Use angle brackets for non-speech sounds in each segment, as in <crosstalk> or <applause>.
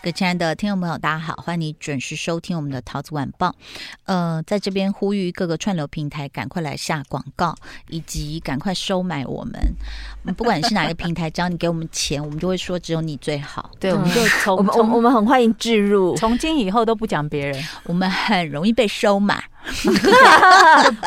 各位亲爱的听众朋友，大家好，欢迎你准时收听我们的《桃子晚报》。呃，在这边呼吁各个串流平台赶快来下广告，以及赶快收买我们。嗯不管你是哪个平台，只要你给我们钱，我们就会说只有你最好。嗯对，我们就从我们我们我从们很欢迎置入，从今以后都不讲别人，我们很容易被收 <laughs> 买，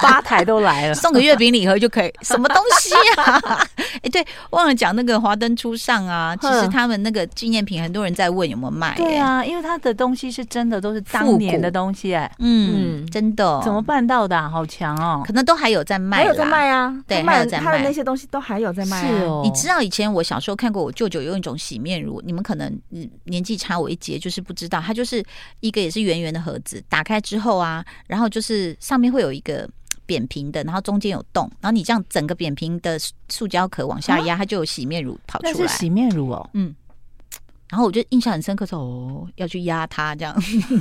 八台都来了。送个月饼礼盒就可以。什么东西啊？哎，对，忘了讲那个华灯初上啊，其实哼他们那个纪念品，很多人在问有没有卖、 <laughs> 对哎，啊，因为他的东西是真的都是复古当年的东西，哎，嗯，嗯真的哦，怎么办到的啊？好强 <laughs> 哦！可能都还有在卖，还有在卖啊，对他卖还有的在他的卖那些东西都还有在卖、啊，是哦，你知道以前我小时候看过我舅舅用一种洗面乳，你们可能嗯年纪差我一截，就是不知道，它就是一个也是圆圆的盒子，打开之后啊，然后就是上面会有一个扁平的，然后中间有洞，然后你这样整个扁平的塑塑胶壳往下压，它就有洗面乳跑那出是来。洗面乳哦，然后我就印象很深刻，说哦要去压它这样，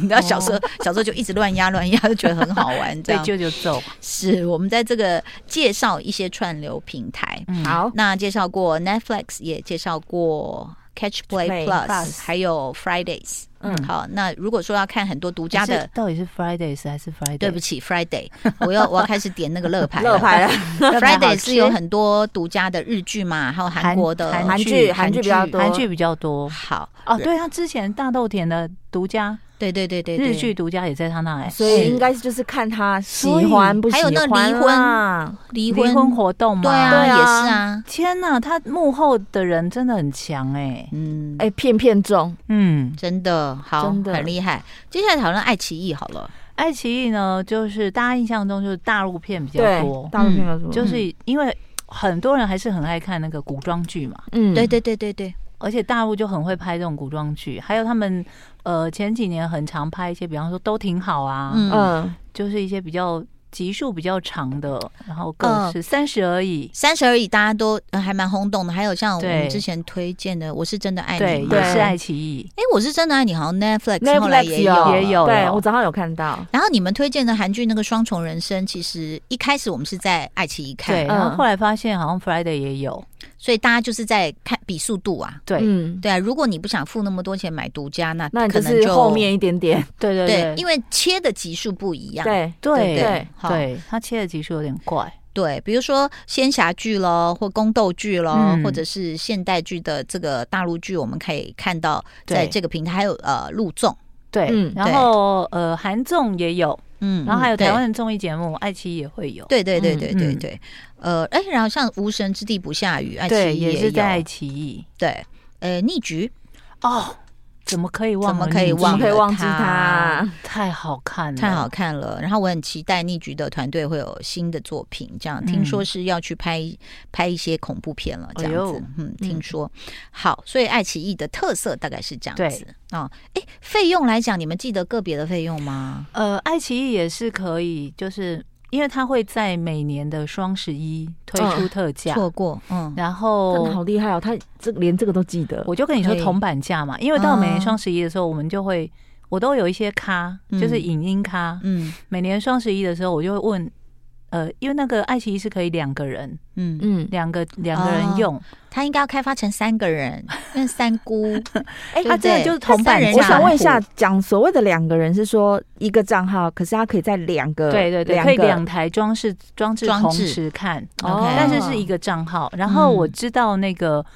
然后小时候、小时候就一直乱压乱压，就觉得很好玩。这被样舅舅揍。是我们在这个介绍一些串流平台，嗯，好，那介绍过 Netflix，也介绍过 Catch Play Play Plus，, Plus 还有 Fridays。嗯嗯，好，那如果说要看很多独家是的，到底是 Fridays 还是 Friday？对不起，Friday，我要我要开始点那个乐牌了。<laughs> <laughs> 乐牌了，牌好 Friday 吃是有很多独家的日剧嘛，还有韩韩国的韩韩剧韩剧比较多韩剧比较多好哦。对他之前大豆田的独家对对对对，对日剧独家也在他那哎，所以应该就是看他喜所以欢不喜还有欢那啦、离婚离离婚婚活动嘛，对啊对啊也是啊，天呐，他幕后的人真的很强哎、嗯，哎、片片中嗯，真的好，真的很厉害。接下来讨论爱奇艺好了，爱奇艺呢，就是大家印象中就是大陆片比较对嗯多，嗯大陆片有什么？就是因为很多人还是很爱看那个古装剧嘛，嗯对对对对对，而且大陆就很会拍这种古装剧，还有他们呃前几年很常拍一些，比方说都挺好啊，嗯，嗯，就是一些比较集数比较长的，然后更是三十而已，三十而已，大家都呃还蛮轰动的。还有像我们对之前推荐的《我是真的爱你》对，嘛，也是爱奇艺，哎，我是真的爱你，好像 Netflix 后来 Netflix 也有了也有对了我早上有看到，然后你们推荐的韩剧那个《双重人生》，其实一开始我们是在爱奇艺对，看，然后后来发现好像 Friday 也有，所以大家就是在看比速度啊。对，嗯，对啊，如果你不想付那么多钱买独家，那那你可就能是后面一点点，对对对，对因为切的集数不一样。对，对对对对好对，他切的集数有点怪，对，比如说仙侠剧咯，或宫斗剧咯，嗯或者是现代剧的这个大陆剧，我们可以看到对在这个平台还有呃陆纵，对，嗯然后呃韩综也有，嗯然后还有对台湾的综艺节目，爱奇艺也会有，对对对嗯对对嗯对，呃，哎，然后像《无神之地不下雨》，爱奇对，艺也是有在爱奇艺对，呃，逆局哦。怎么可以忘怎了么你？可以怎忘么可以了忘记它他？太好看了，太好看了，然后我很期待逆局的团队会有新的作品，这样听嗯说是要去拍拍一些恐怖片了，这样哎呦子，嗯，听说好，所以爱奇艺的特色大概是这样对子啊，哎，费用来讲，你们记得个别的费用吗？呃，爱奇艺也是可以，就是因为它会在每年的双十一推出特价，错过，嗯，然真后的好厉害哦，他这连这个都记得，我就跟你说对铜板价嘛，因为到每啊年双十一的时候，我们就会我都有一些咖，就是嗯影音咖，嗯每年双十一的时候，我就会问。呃，因为那个爱奇艺是可以两个人，嗯，嗯，两个两哦个人用，他应该要开发成三个人，那三 <laughs> 姑，哎对不它真对的啊就是铜板人价。我想问一下，讲所谓的两个人是说一个账号，可是他可以在两个对对对，两可以个两台装饰装置装同置时看， OK 嗯但是是一个账号。然后我知道那个、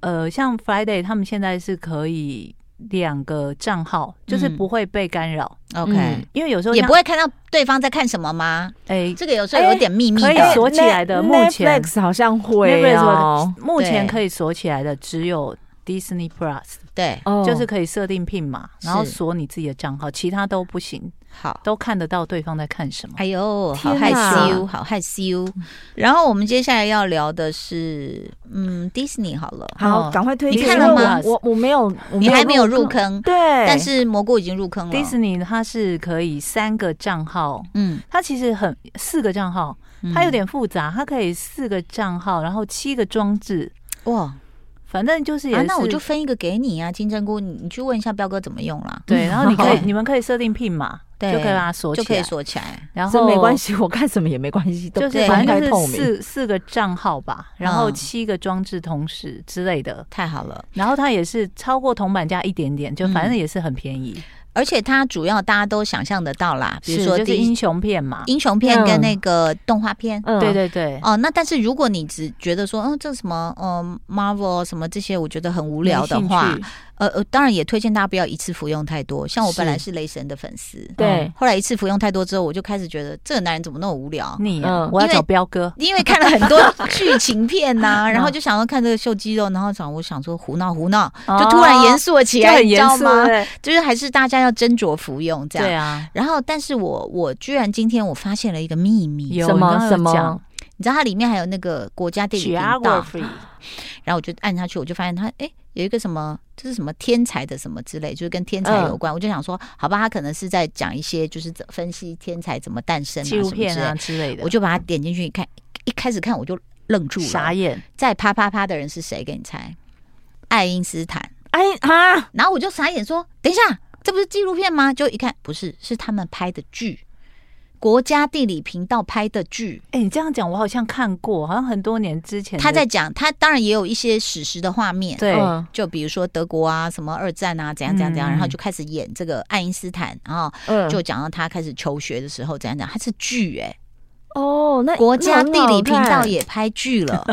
呃，像 Friday 他们现在是可以两个账号，就是嗯不会被干扰， OK，嗯因为有时候也像不会看到对方在看什么吗？哎，这个有时候有点秘密可以的，锁起来的。 Net- 目前 Netflix 好像会 Netflix 哦，目前对可以锁起来的只有 Disney Plus，、对，哦就是可以设定 PIN 码，然后是锁你自己的账号，其他都不行，好。都看得到对方在看什么。哎呦，好害天哪羞，好害羞。然后我们接下来要聊的是，嗯，Disney 好了，好，哦赶快推你荐，看因为了吗我我我没有，我你还没有入坑，坑，对，但但是蘑菇已经入坑了。 Disney 它是可以三个账号，嗯，它其实很四个账号，嗯它有点复杂，它可以四个账号，然后七个装置，哇，反正就是也啊是，，那我 <laughs> 就分一个给你啊，金针菇，你你去问一下彪哥怎么用啦，对，然后你可以好你们可以设定 pin 码，对就可以把它锁起就来，可以锁起来。然这后没关。系， <laughs> 我看什么也没关系，都就是公反开正就透是明。四四个账号吧，然后嗯七个装置同时之类的，太好了，然后它也是超过铜板价一点点，就反嗯正也是很便宜。而且它主要大家都想象得到啦，比如是说就是第一英雄片嘛，英雄片跟嗯那个动画片，嗯对对对，哦，那但是如果你只觉得说，嗯，这什么，嗯，Marvel 什么这些，我觉得很无无聊的话，呃呃，当然也推荐大家不要一次服用太多。像我本来是是雷神的粉丝，对后来一次服用太多之后，我就开始觉得这个男人怎么那么无聊。你啊嗯我要因为找彪哥，因为看了很多剧情片呐、 <laughs> 然嗯后就想要看这个秀肌肉，然后想我想说胡闹胡闹，就突然严肃，肃了起哦就来，很你知严道肃，吗？对就是还是大家要斟酌服用这样。对啊，然后，但是我我居然今天我发现了一个秘密，有什么什么你知道它里面还有那个国家地理频道， geography 然后我就按下去，我就发现它诶有一个什么，这是什么天才的什么之类，就是跟天才有关。我就想说，好吧，他可能是在讲一些就是怎分析天才怎么诞生啊纪录片什么啊之类之类的，我就把它点进去一看，一开始看我就愣住傻了。眼，再啪啪啪的人是谁？给你猜，爱因斯坦。哎啊，然后我就傻眼说，等一下，这不是纪录片吗？就一看，不是，是他们拍的剧。国家地理频道拍的剧，哎、你这样讲，我好像看过，好像很多年之前的他在讲，他当然也有一些史实的画面，对、嗯就比如说德国啊，什么二战啊，怎样怎样怎样，嗯然后就开始演这个爱因斯坦，然后嗯，就讲到他开始求学的时候怎样怎样，他是剧哎、哦，那国家地理频那很好道看也拍剧了，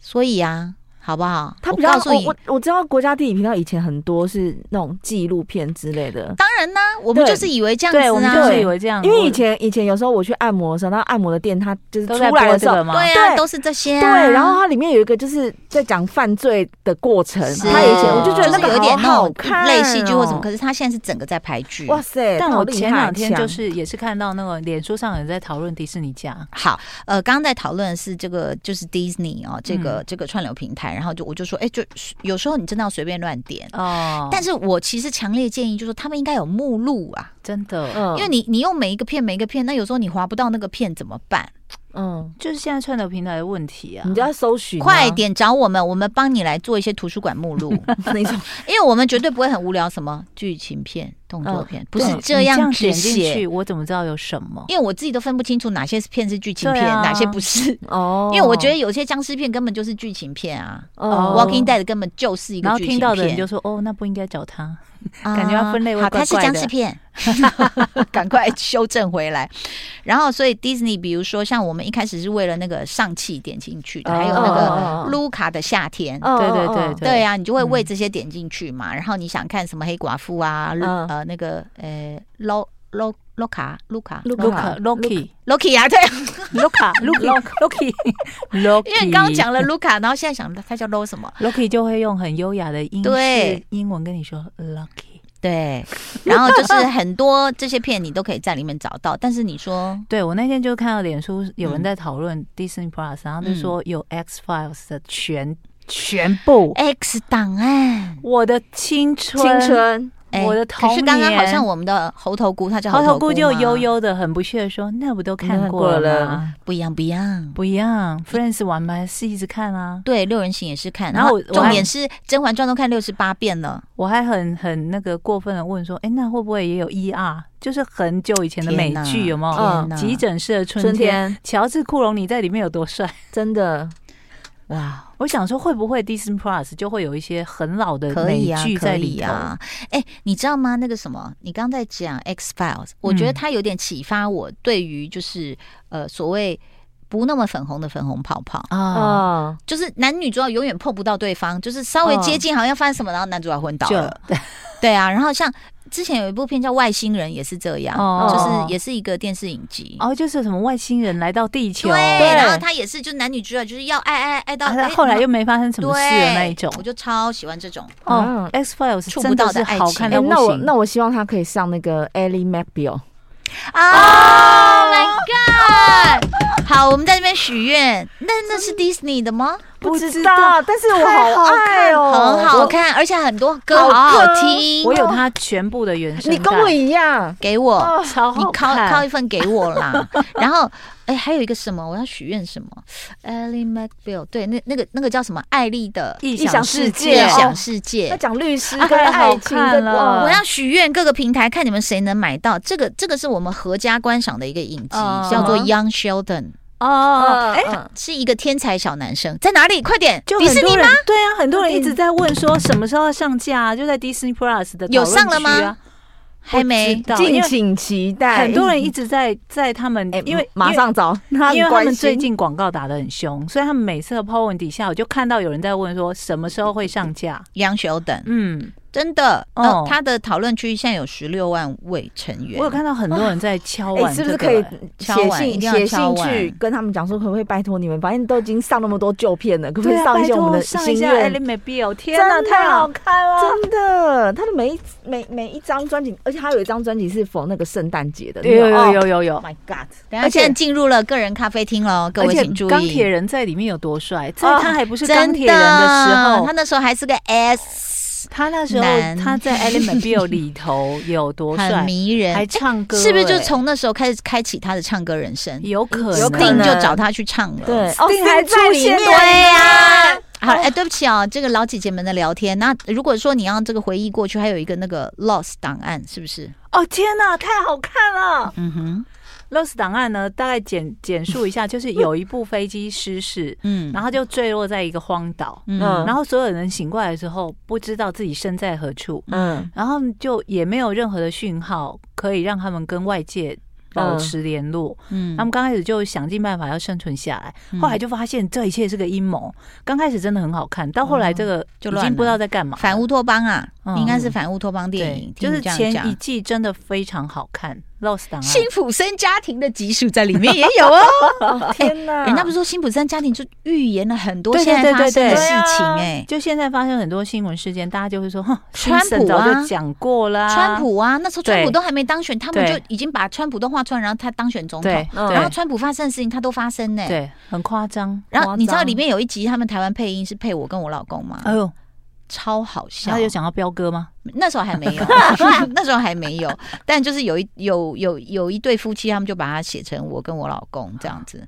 所以啊，好不好？他我比较告诉你我，我我知道国家地理频道以前很多是那种纪录片之类的，当然呢、我们对就是以为这样对，我子们啊，就是以为这样，因为我以前以前有时候我去按摩的时候，那按摩的店它就是都出在来播的时这候个，吗？对啊，对都是这些、啊，对，然后它里面有一个就是在讲犯罪的过程，是它以前我就觉得那是个有点好那好种看，啊哦类戏剧或什么，可。是他现在是整个在拍剧，哇塞！但他好我厉害前两天就强是也是看到那个脸书上有人在讨论迪士尼家，好，呃，刚刚在讨论的是这个就是 Disney 哦，这嗯个、这个串流平台，然后就我就说，哎、就有时候你真的要随便乱点。哦，但是我其实强烈建议，就是说他们应该有目录啊，真的，嗯因为你你用每一个片每一个片，那有时候你划不到那个片怎么办？嗯，就是现在串流平台的问题啊，你就要搜寻啊，快点找我们，我们帮你来做一些图书馆目 <laughs> 录，那种，因为我们绝对不会很无聊，什么剧情片、动作片，不嗯对是你这样点只进写去，。我怎么知道有什么？因为我自己都分不清楚哪些片是剧情片，对啊哪些不是。哦， <laughs> 因为我觉得有些僵尸片根本就是剧情片啊，哦 Walking Dead》根本就是一然个后剧听情片，到的人就说：“哦，那不应该找他。啊感觉要分类会好，它怪是怪僵的尸 <laughs> 片，赶快修正回来。然后，所以 Disney，比如说像我们一开始是为了那个上汽点进去的，还有那个哦卢卡的夏天。哦对哦对对嗯哦对啊，啊，你就会为这些点进去嘛。然后你想看什么黑寡妇啊，嗯呃，那个呃，Lo Lo Lo 卡 l 卡卢卢卡卡、l o k i Loki 啊，对，卢 <laughs> 卡、卢 l o k i l o <laughs> k 因为你刚刚讲了 l 卡，然后现在想他叫 Lo 什么？ Lucky 就会用很优雅的英对式英文跟你说 Lucky。 <laughs> 对，然后就是很多这些片你都可以在里面找到，但是你说对我那天就看到脸书有嗯人在讨论 Disney Plus，然后就嗯说有 X Files 的全全部， X 档案，我的青春，青春，哎我的童可年。是刚刚好像我们的猴头菇，它叫猴头菇菇吗就悠悠的很不屑地说：“那不都看过了吗？不一样，不一样。不一样，Friends 玩嘛是一直看啊。”对，六人行也是看，然然后后我重点是《甄嬛传》都看六十八遍了，我还很很那个过分的问说：“哎，那会不会也有 ER？就是很久以前的美天哪剧有没有？天哪急诊室的春春天，天，乔治·库隆尼在里面有多帅？” <laughs> 真的，哇，我想说，会不会 Disney Plus 就会有一些很老的可美以啊剧，可在里以头？啊。哎，你知道吗？那个什么，你刚在讲 X Files，我嗯觉得它有点启发我对于就是呃所谓不那么粉红的粉红泡泡。啊，哦，就是男女主角永远碰不到对方，就是稍哦微接近，好像要发生什么，然后男主角昏倒就了。对啊，然后像之前有一部片叫《外星人》，也是这样，哦就是也是一个电视影集。哦，就是什么外星人来到地球，对，对然后他也是，就是男女主角就是要爱爱爱到、啊哎他后来又没发生什么事的那一种对。我就超喜欢这种。哦嗯，X Files 触真不到的的是爱情好看哎到，不那我行。那我希望他可以上那个 Ellie McBeal，哦啊、oh、！My Oh God！好，我们在这边许愿。那那是 Disney 的吗？不知知道道，但是我好爱哦，很好看，而且很多歌好好好歌听。我有它全部的原我，声带，你跟我一样，给我。超好你看 <laughs> 拷拷一份给我啦。然后，哎、哎，还有一个什么，我要许愿什么？Ellie McBeal，对，那那个那个叫什么？艾丽的异哦想世异界想世界啊要。讲律师啊跟太好爱情看跟了哇我要许愿各个平台看你们谁能买到这个，这个是我们合家观赏的一个影集，嗯叫做《Young Sheldon 哦，嗯哎、嗯》，是一个天才小男生，在哪里？快点！就迪很士多尼人吗？对啊，很嗯多人一直在问说什么时候要上架、啊，就在 Disney Plus 的讨论有上了吗区啊？还没不知道因敬为请期哎待。很多人一直在在他们哎，，因为马。上找，因为因为他关们心最近广告打得很凶，所以他们每次的 po 文底下，我就看到有人在问说什么时候会上架。杨修等，嗯，真的，哦哦，他的讨论区现在有十六万位成员，我有看到很多人在敲哎，碗、是这个不是可以敲写碗一信定要写敲信碗去跟他们讲说，可不可以拜托你们，反正都已经上那么多旧片了，可不可对以啊，上一拜些我托们的上一心下愿 Ellie？McBeal，天哪，真的太好看了！真的，他的每一每每一张专辑，而且他有一张专辑是否那个圣诞节的，有有有哦 Oh 有有有， ，My God！等一下现在进入了个人咖啡厅喽，各而位且请注意。钢铁人在里面有多帅，在哦他还不是真钢铁人的时候，他那时候还是个 S，他那时候男他在 Element Bill 里头有 <laughs> 多很帅，迷人，还唱歌、是不是就哎从那时候开始开启他的唱歌人生？有可能有可能定就找他去唱了。对，哦定还在在里里面，面呀、好，哎、对不起哦，这个老姐姐们的聊天。那如果说你要这个回忆过去，还有一个那个 lost 档案，是不是？哦天哪，太好看哦了！嗯哼， Lost 档案呢，大概简简述一 <laughs> 下，就是有一部飞机失事，嗯然后就坠落在一个荒岛，嗯然后所有人醒过来的时候，不知道自己身在何处，嗯，然后就也没有任何的讯号可以让他们跟外界保持联络。嗯他们刚开始就想尽办法要生存下来，嗯后来就发现这一切是个阴谋。刚开始真的很好看，到后来这个哦就已乱了经不知道在干嘛了。反乌托邦啊，嗯应该是反乌托邦电对影，，就听你是这样前讲啊一季真的非常好看，《Lost 档案》辛普森家庭的集数在里面也有哦。 <laughs> 天哪，人家不是说辛普森家庭就预言了很多嗯对对现在发生的对对事对啊情哎、就现在发生很多新闻事件，大家就会说，哼，川普啊 Simpson 早就讲过啦，川普啊，那时候川普对都还没当选，他们对就已经把川普都画出来，然后他当选总统，对，嗯对然后川普发生的事情他都发生呢、对，很夸张。然后你知道夸张里面有一集他们台湾配音是配我跟我老公吗？哎呦，超好笑他。有讲到彪哥吗？那时候还没 <laughs> 有， <laughs> 那时候还没有，但就是有一有有有一对夫妻，他们就把它写成我跟我老公这样子。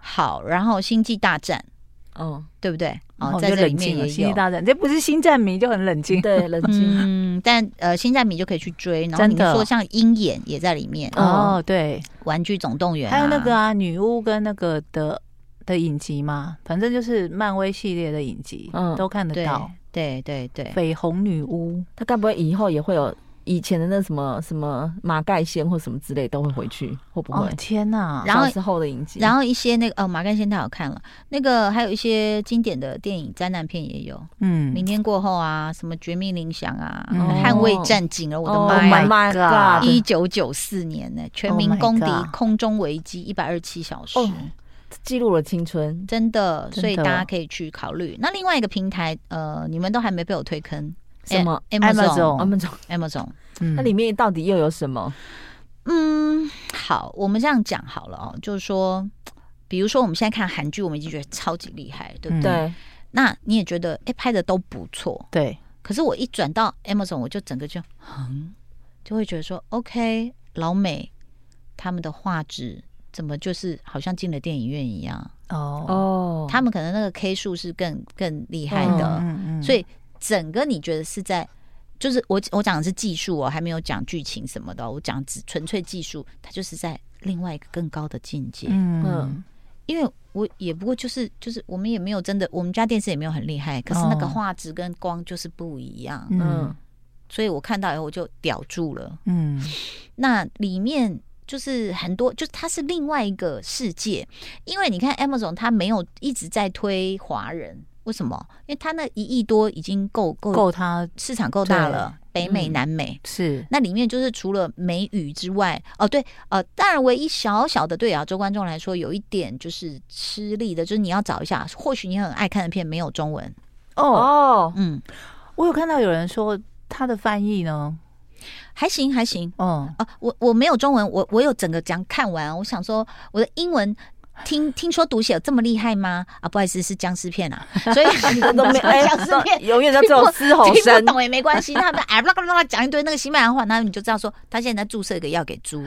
好，然后《星际大战》嗯，对不对？哦哦，你在就这里冷面静了，也星际有。大战，这不是星战迷就很冷静。对，冷静，嗯，但呃，星战迷就可以去追，然后你真的说像鹰眼也在里面，嗯哦，对，玩具总动员、啊，还有那个啊，女巫跟那个的的影集嘛，反正就是漫威系列的影集，嗯都看得对到。对对对，绯红女巫，他该不会以后也会有以前的那什么什么马盖先或什么之类都会回去，会不哦会？天哪！然后小时候的影集，然后一些那个哦，马干先太好看了，那个还有一些经典的电影灾难片也有，嗯明天过后啊，什么绝命铃响啊，嗯捍卫战警啊，我哦的妈 Oh 呀！ my my God 一九九四年呢、全 Oh 民 my 公敌 God 空中危机一百二十七小时哦记录了青春，真的，真的所以大家可以去考虑。那另外一个平台，呃，你们都还没被我推坑什么？哦 a m a z o Amazon 我们从 n a m a z o n 嗯那里面到底又有什么？嗯，好，我们这样讲好了哦，就是说，比如说我们现在看韩剧，我们已经觉得超级厉害，对不对？嗯对，那你也觉得哎、诶拍的都不错，对，可是我一转到 Amazon，我就整个就哼，就会觉得说 OK，老美他们的画质怎么就是好像进了电影院一样？哦，哦他们可能那个 K 数是更更厉害的，嗯所以整个你觉得是在。就是我我讲的是技术哦，还没有讲剧情什么的哦，我讲只纯粹技术，它就是在另外一个更高的境界。嗯嗯因为我也不过就是就是我们也没有真的，我们家电视也没有很厉害，可是那个哦画质跟光就是不一样，嗯嗯所以我看到以后我就屌住了。嗯那里面就是很多，就是它是另外一个世界，因为你看 Amazon 它没有一直在推华人，为什么？因为它那一亿多已经够够嗯够他市场够大了，北美、嗯南美。是那里面就是除了美语之外，哦对，呃，当然唯一小小的对亚洲观众来说有一点就是吃力的，就是你要找一下，或许你很爱看的片没有中文，哦，哦，嗯，我有看到有人说他的翻译呢，还行还行，嗯，啊，我我没有中文，我我有整个讲看完，啊我想说我的英文。听听说读写有这么厉害吗？啊，不好意思，是僵尸片啊，所以 <laughs> 都没哎僵尸片，永远都只有嘶吼 <laughs> 听声不，懂也没关系。他们 <laughs> 哎啦啦啦啦讲一堆那个西班牙话，然后你就知道说他现在在注射一个药给猪，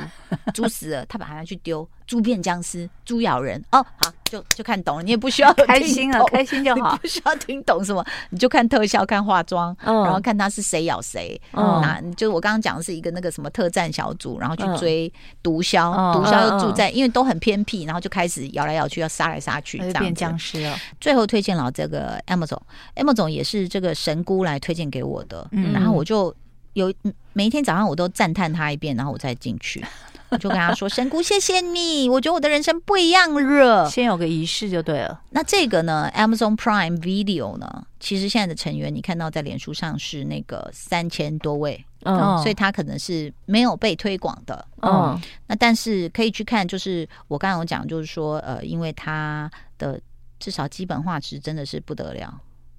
猪死了，他把它拿去丢，猪变僵尸，猪咬人哦，好，就就看懂了，你也不需要开心听了，懂开心就好你。不需要听懂什么，你就看特效、看化妆，嗯然后看他是谁咬谁。嗯那就是我刚刚讲的是一个那个什么特战小组，然后去嗯追毒枭，嗯毒枭嗯又住嗯在，因为都很偏僻，然后就开始咬来咬去，要杀来杀去， <laughs> 那这就变样僵子。尸了。最后推荐了这个 M 总，M 总也是这个神姑来推荐给我的，嗯然后我就有每一天早上我都赞叹他一遍，然后我再进去，我就跟他说：“神姑，谢谢你， <laughs> 我觉得我的人生不一样 <laughs> 了。”先有个仪式就对了。那这个呢，Amazon Prime Video 呢，其实现在的成员你看到在脸书上是那个三千多位，嗯哦所以它可能是没有被推广的。嗯那但是可以去看，就是我刚刚有讲，就是说，呃，因为它的至少基本画质真的是不得了，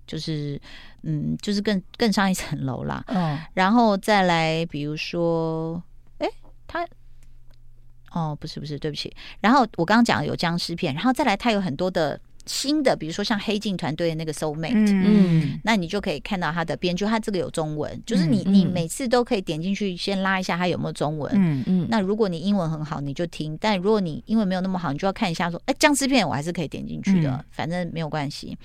就是嗯，就是更更上一层楼啦。嗯，然后再来，比如说，哎，他，哦，不是不是，对不起。然后我刚刚讲有僵尸片，然后再来，它有很多的新的，比如说像黑镜团队的那个 Soul Mate，、嗯那你就可以看到它的编剧，它这个有中文，就是你、嗯你嗯每次都可以点进去先拉一下它有没有中文。嗯嗯，那如果你英文很好，你就听；但如果你英文没有那么好，你就要看一下说，哎，僵尸片我还是可以点进去的，嗯反正没有关系。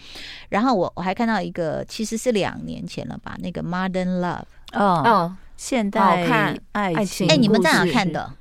然后我我还看到一个，其实是两年前了吧，那个 Modern Love。哦，哦，现好代看爱爱情哎、你们故在啊哪事看的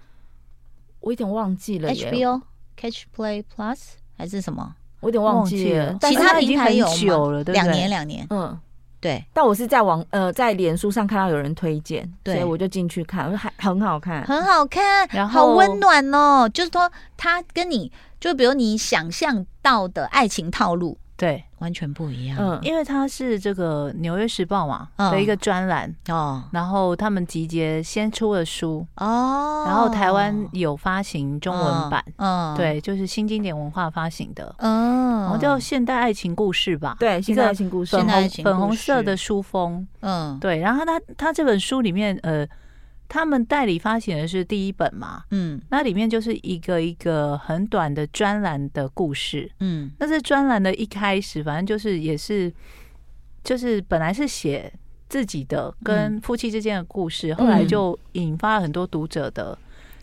我有点忘记了耶？HBO、Catch Play Plus 还是什么？我有点忘记忘了记了，但其是他已经平台很有吗久了对不两对年，两年。嗯。对，但我是在网呃在脸书上看到有人推荐，对所以我就进去看，我说还很好看。很好看，嗯然好后温暖哦。就是说，它跟你就比如你想象到的爱情套路对，完全不一样。嗯，因为它是这个《纽约时报》嘛嗯的一个专栏，哦然后他们集结先出了书，哦，然后台湾有发行中文版，嗯，嗯，对，就是新经典文化发行的，嗯，然后叫《现代爱情故事》吧，，对，现在爱情故事现粉代爱红情粉故红色事的书封，嗯对，然后他他这本书里面，呃，他们代理发行的是第一本嘛，嗯那里面就是一个一个很短的专栏的故事。嗯那是专栏的一开始，反正就是也是，就是本来是写自己的跟夫妻之间的故事，后来就引发了很多读者的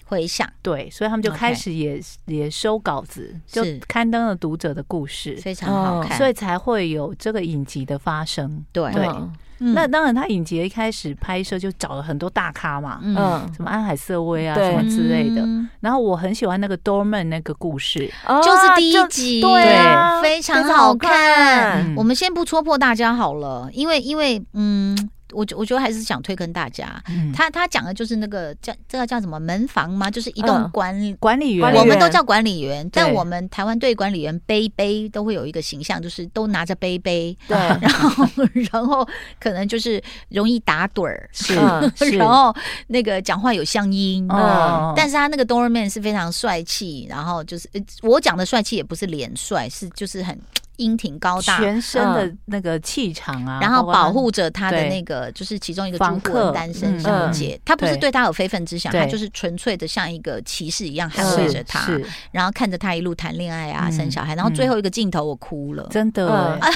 回想，对，所以他们就 OK 开始也也收稿子，就是刊登了读者的故事，非常好看。哦所以才会有这个影集的发生。对对嗯嗯那当然，他影集一开始拍摄就找了很多大咖嘛，嗯，什么安海瑟薇啊对什么之类的。嗯然后我很喜欢那个 Dorman 那个故事，啊就是第一就集，对啊，非常好好看。嗯我们先不戳破大家好了，因为因为嗯，我觉我觉得还是想推坑大家。嗯、他他讲的就是那个叫这个叫什么门房吗？就是一栋嗯管理。管理员管理我员们都叫管理员，但对我们台湾对管理员杯杯都会有一个形象，就是都拿着杯杯，对，然后 <laughs> 然后可能就是容易打盹儿，是嗯 <laughs> 是然后那个讲话有乡音，哦但是他那个 doorman 是非常帅气，然后就是呃我讲的帅气也不是脸帅，是就是很英挺高大，全身的那个气场啊，嗯然后包括保护着他的对那个就是其中一个房住户客的单身嗯小姐，她不是对对他有非分之想，对她就是纯粹的像一个骑士一样他捍卫是着他，是然后看着他一路谈恋爱啊、嗯生小孩，然后最后一个镜头我哭了， <laughs> 真的嗯欸，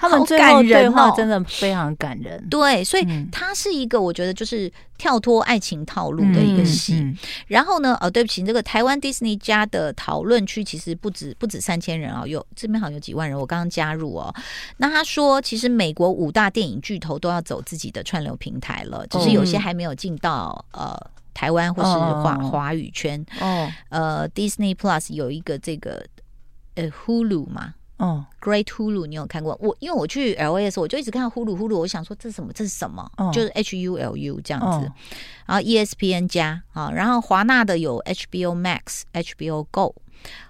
他们啊好最感后对人话哦真的非常感人，对，所以嗯它是一个我觉得就是跳脱爱情套路的一个戏。嗯然后呢，哦，对不起，这个台湾 Disney 家的讨论区其实不止不止三千人啊、有这边好像有几万人，我刚刚加入哦。那他说，其实美国五大电影巨头都要走自己的串流平台了，只是有些还没有进到、呃台湾或是华哦哦华语圈。嗯哦，呃，Disney Plus 有一个这个呃 Hulu 嘛。哦 Great Hulu，你有看过？我因为我去 L A 的时候，我就一直看到 Hulu Hulu，我想说这是什么？这是什么？嗯就是 H U L U 这样子。嗯哦，然后 E ESPN 加啊，然后华纳的有 HBO Max、HBO Go，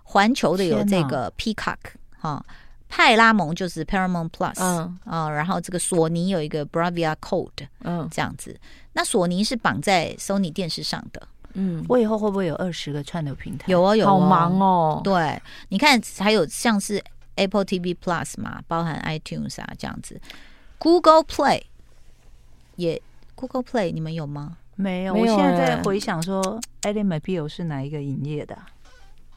环球的有这天个 Peacock 啊，派拉蒙就是 Paramount Plus，、嗯啊，然后这个索尼有一个 Bravia Code 嗯这样子。那索尼是绑在 Sony 电视上的，嗯，我以后会不会有二十个串流平台？有哦有哦好忙哦，对，你看还有像是 Apple TV Plus 嘛，包含 iTunes 啊这样子，Google Play 也 Google Play 你们有吗？没有？哎没我有现在欸在回想说 e l i m a b i l 是哪一个营业的啊？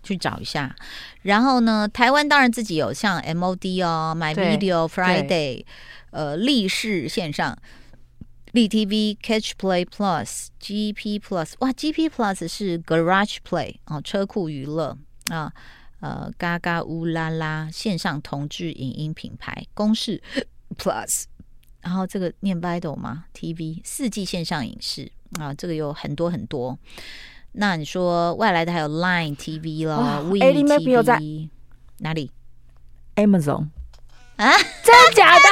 去找一下。然后呢，台湾当然自己有像 MOD 哦、My 对 Video、Friday，呃，立式线上。立 TV、Catch Play Plus、GP Plus，哇，GP Plus 是 Garage Play 哦，车库娱乐啊。呃，嘎嘎乌拉拉线上同志影音品牌公式 Plus，然后这个念 Vital 吗？TV 四季线上影视啊，这个有很多很多。那你说外来的还有 Line TV 哇咯 w e ，Ali Mac 有在 TV 哪里？ Amazon 啊，真的假 <laughs> 的？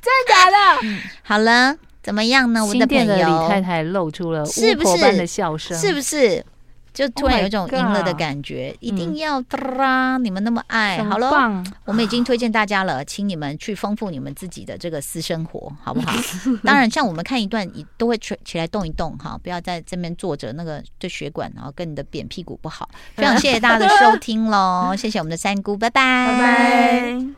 真的假的？好了，怎么样呢？我新的朋店的李太友太露出了是巫不婆是般的笑声，是不是？就突 Oh 然 my 有一种赢了的 God 感觉，一定要啦！你们那么爱，很哎好了，棒，我们已经推荐大家了，请你们去丰富你们自己的这个私生活，好不好？当然，像我们看一段，你都会起起来动一动哈，不要在这边坐着，那个对血管然后跟你的扁屁股不好。非常谢谢大家的收听喽，谢谢我们的三姑，拜拜，拜拜。